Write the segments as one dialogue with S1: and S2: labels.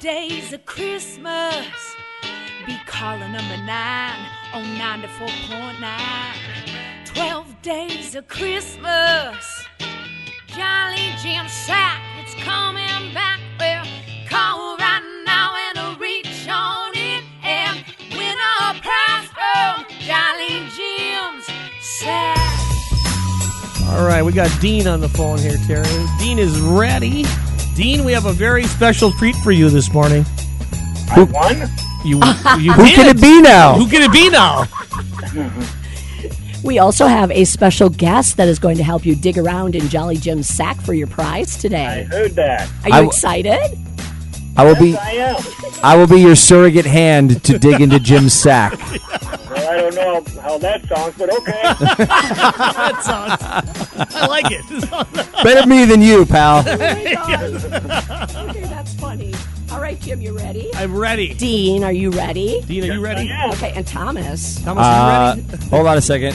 S1: days of Christmas. Be calling number nine on 94.9. 12 days of Christmas. Jolly Jim Sack, it's coming back. Well, call right now and reach on it and win a prize from Jolly Jim's Sack.
S2: All right, we got Dean on the phone here, Terry. Dean is ready. Dean, we have a very special treat for you this morning.
S3: I won?
S2: You, you
S4: Who
S2: did.
S4: can it be now?
S2: Who can it be now?
S5: We also have a special guest that is going to help you dig around in Jolly Jim's sack for your prize
S3: I
S5: today.
S3: heard that.
S5: Are you
S4: I w-
S5: excited?
S4: I will be.
S3: Yes, I am.
S4: I will be your surrogate hand to dig into Jim's sack.
S3: Well, I don't know how that sounds, but okay.
S2: That sounds. I like it.
S4: Better me than you, pal.
S5: Oh my gosh. okay, that's funny. All right, Jim, you ready?
S2: I'm ready.
S5: Dean, are you ready?
S2: Dean, are you ready?
S3: I am.
S5: Okay, and Thomas.
S2: Thomas, are
S4: Uh,
S2: you ready?
S4: hold on a second.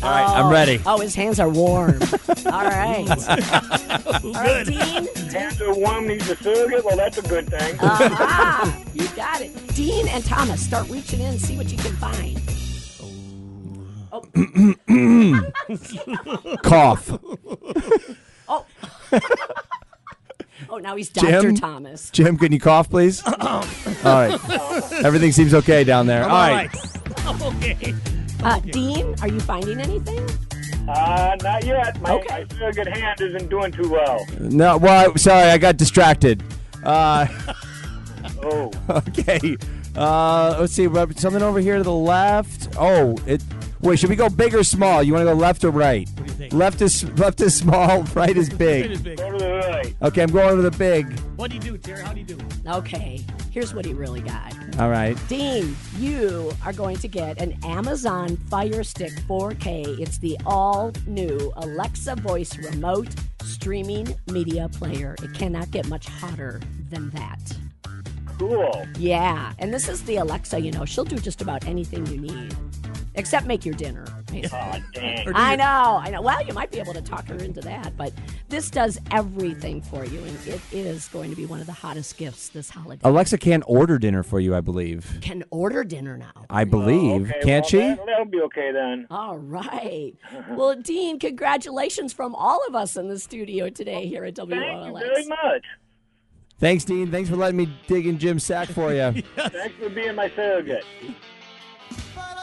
S4: All right, I'm ready.
S5: Oh, his hands are warm. All right.
S4: Uh,
S5: All right, Dean.
S3: After one needs a surrogate, well, that's a good thing.
S5: Ah, you got it. Dean and Thomas, start reaching in, see what you can find.
S4: Cough.
S5: Oh. oh, now he's Dr.
S4: Jim?
S5: Thomas.
S4: Jim, can you cough, please? All right. Everything seems okay down there. All right.
S2: I'm okay.
S5: Uh, Dean, are you finding anything?
S3: Uh, not yet. My,
S5: Okay.
S3: my surrogate hand isn't doing too well.
S4: No, well, I- sorry, I got distracted. Uh,
S3: Oh,
S4: okay. Uh, let's see. rub- Something over here to the left. Oh, it. Wait, should we go big or small? You want to go left or right?
S2: do you think?
S4: Left is left is small. Right is
S2: It is
S4: big.
S2: big.
S3: go to the right.
S4: Okay, I'm going to the big.
S2: What do you do, Terry? How do you do?
S5: Okay, here's what he really got.
S4: All right.
S5: Dean, you are going to get an Amazon Fire Stick 4K. It's the all new Alexa voice remote streaming media player. It cannot get much hotter than that.
S3: Cool.
S5: Yeah, and this is the Alexa, you know, she'll do just about anything you need, except make your dinner. basically.
S3: Aw, dang.
S2: Or do
S5: I
S2: you-
S5: know, I know. Well, you might be able to talk her into that, but this does everything for you, and it is going to be one of the hottest gifts this holiday.
S4: Alexa can order dinner for you, I believe.
S5: Can order dinner now.
S4: I believe.
S3: Okay,
S4: Can't
S3: well,
S4: she?
S3: That, that'll be okay then.
S5: All right. Well, Dean, congratulations from all of us in the studio today here at
S3: Thank you
S5: WOLX.
S3: very much.
S4: Thanks, Dean. Thanks for letting me dig in Jim's sack for you.
S3: Thanks for being my surrogate.
S6: But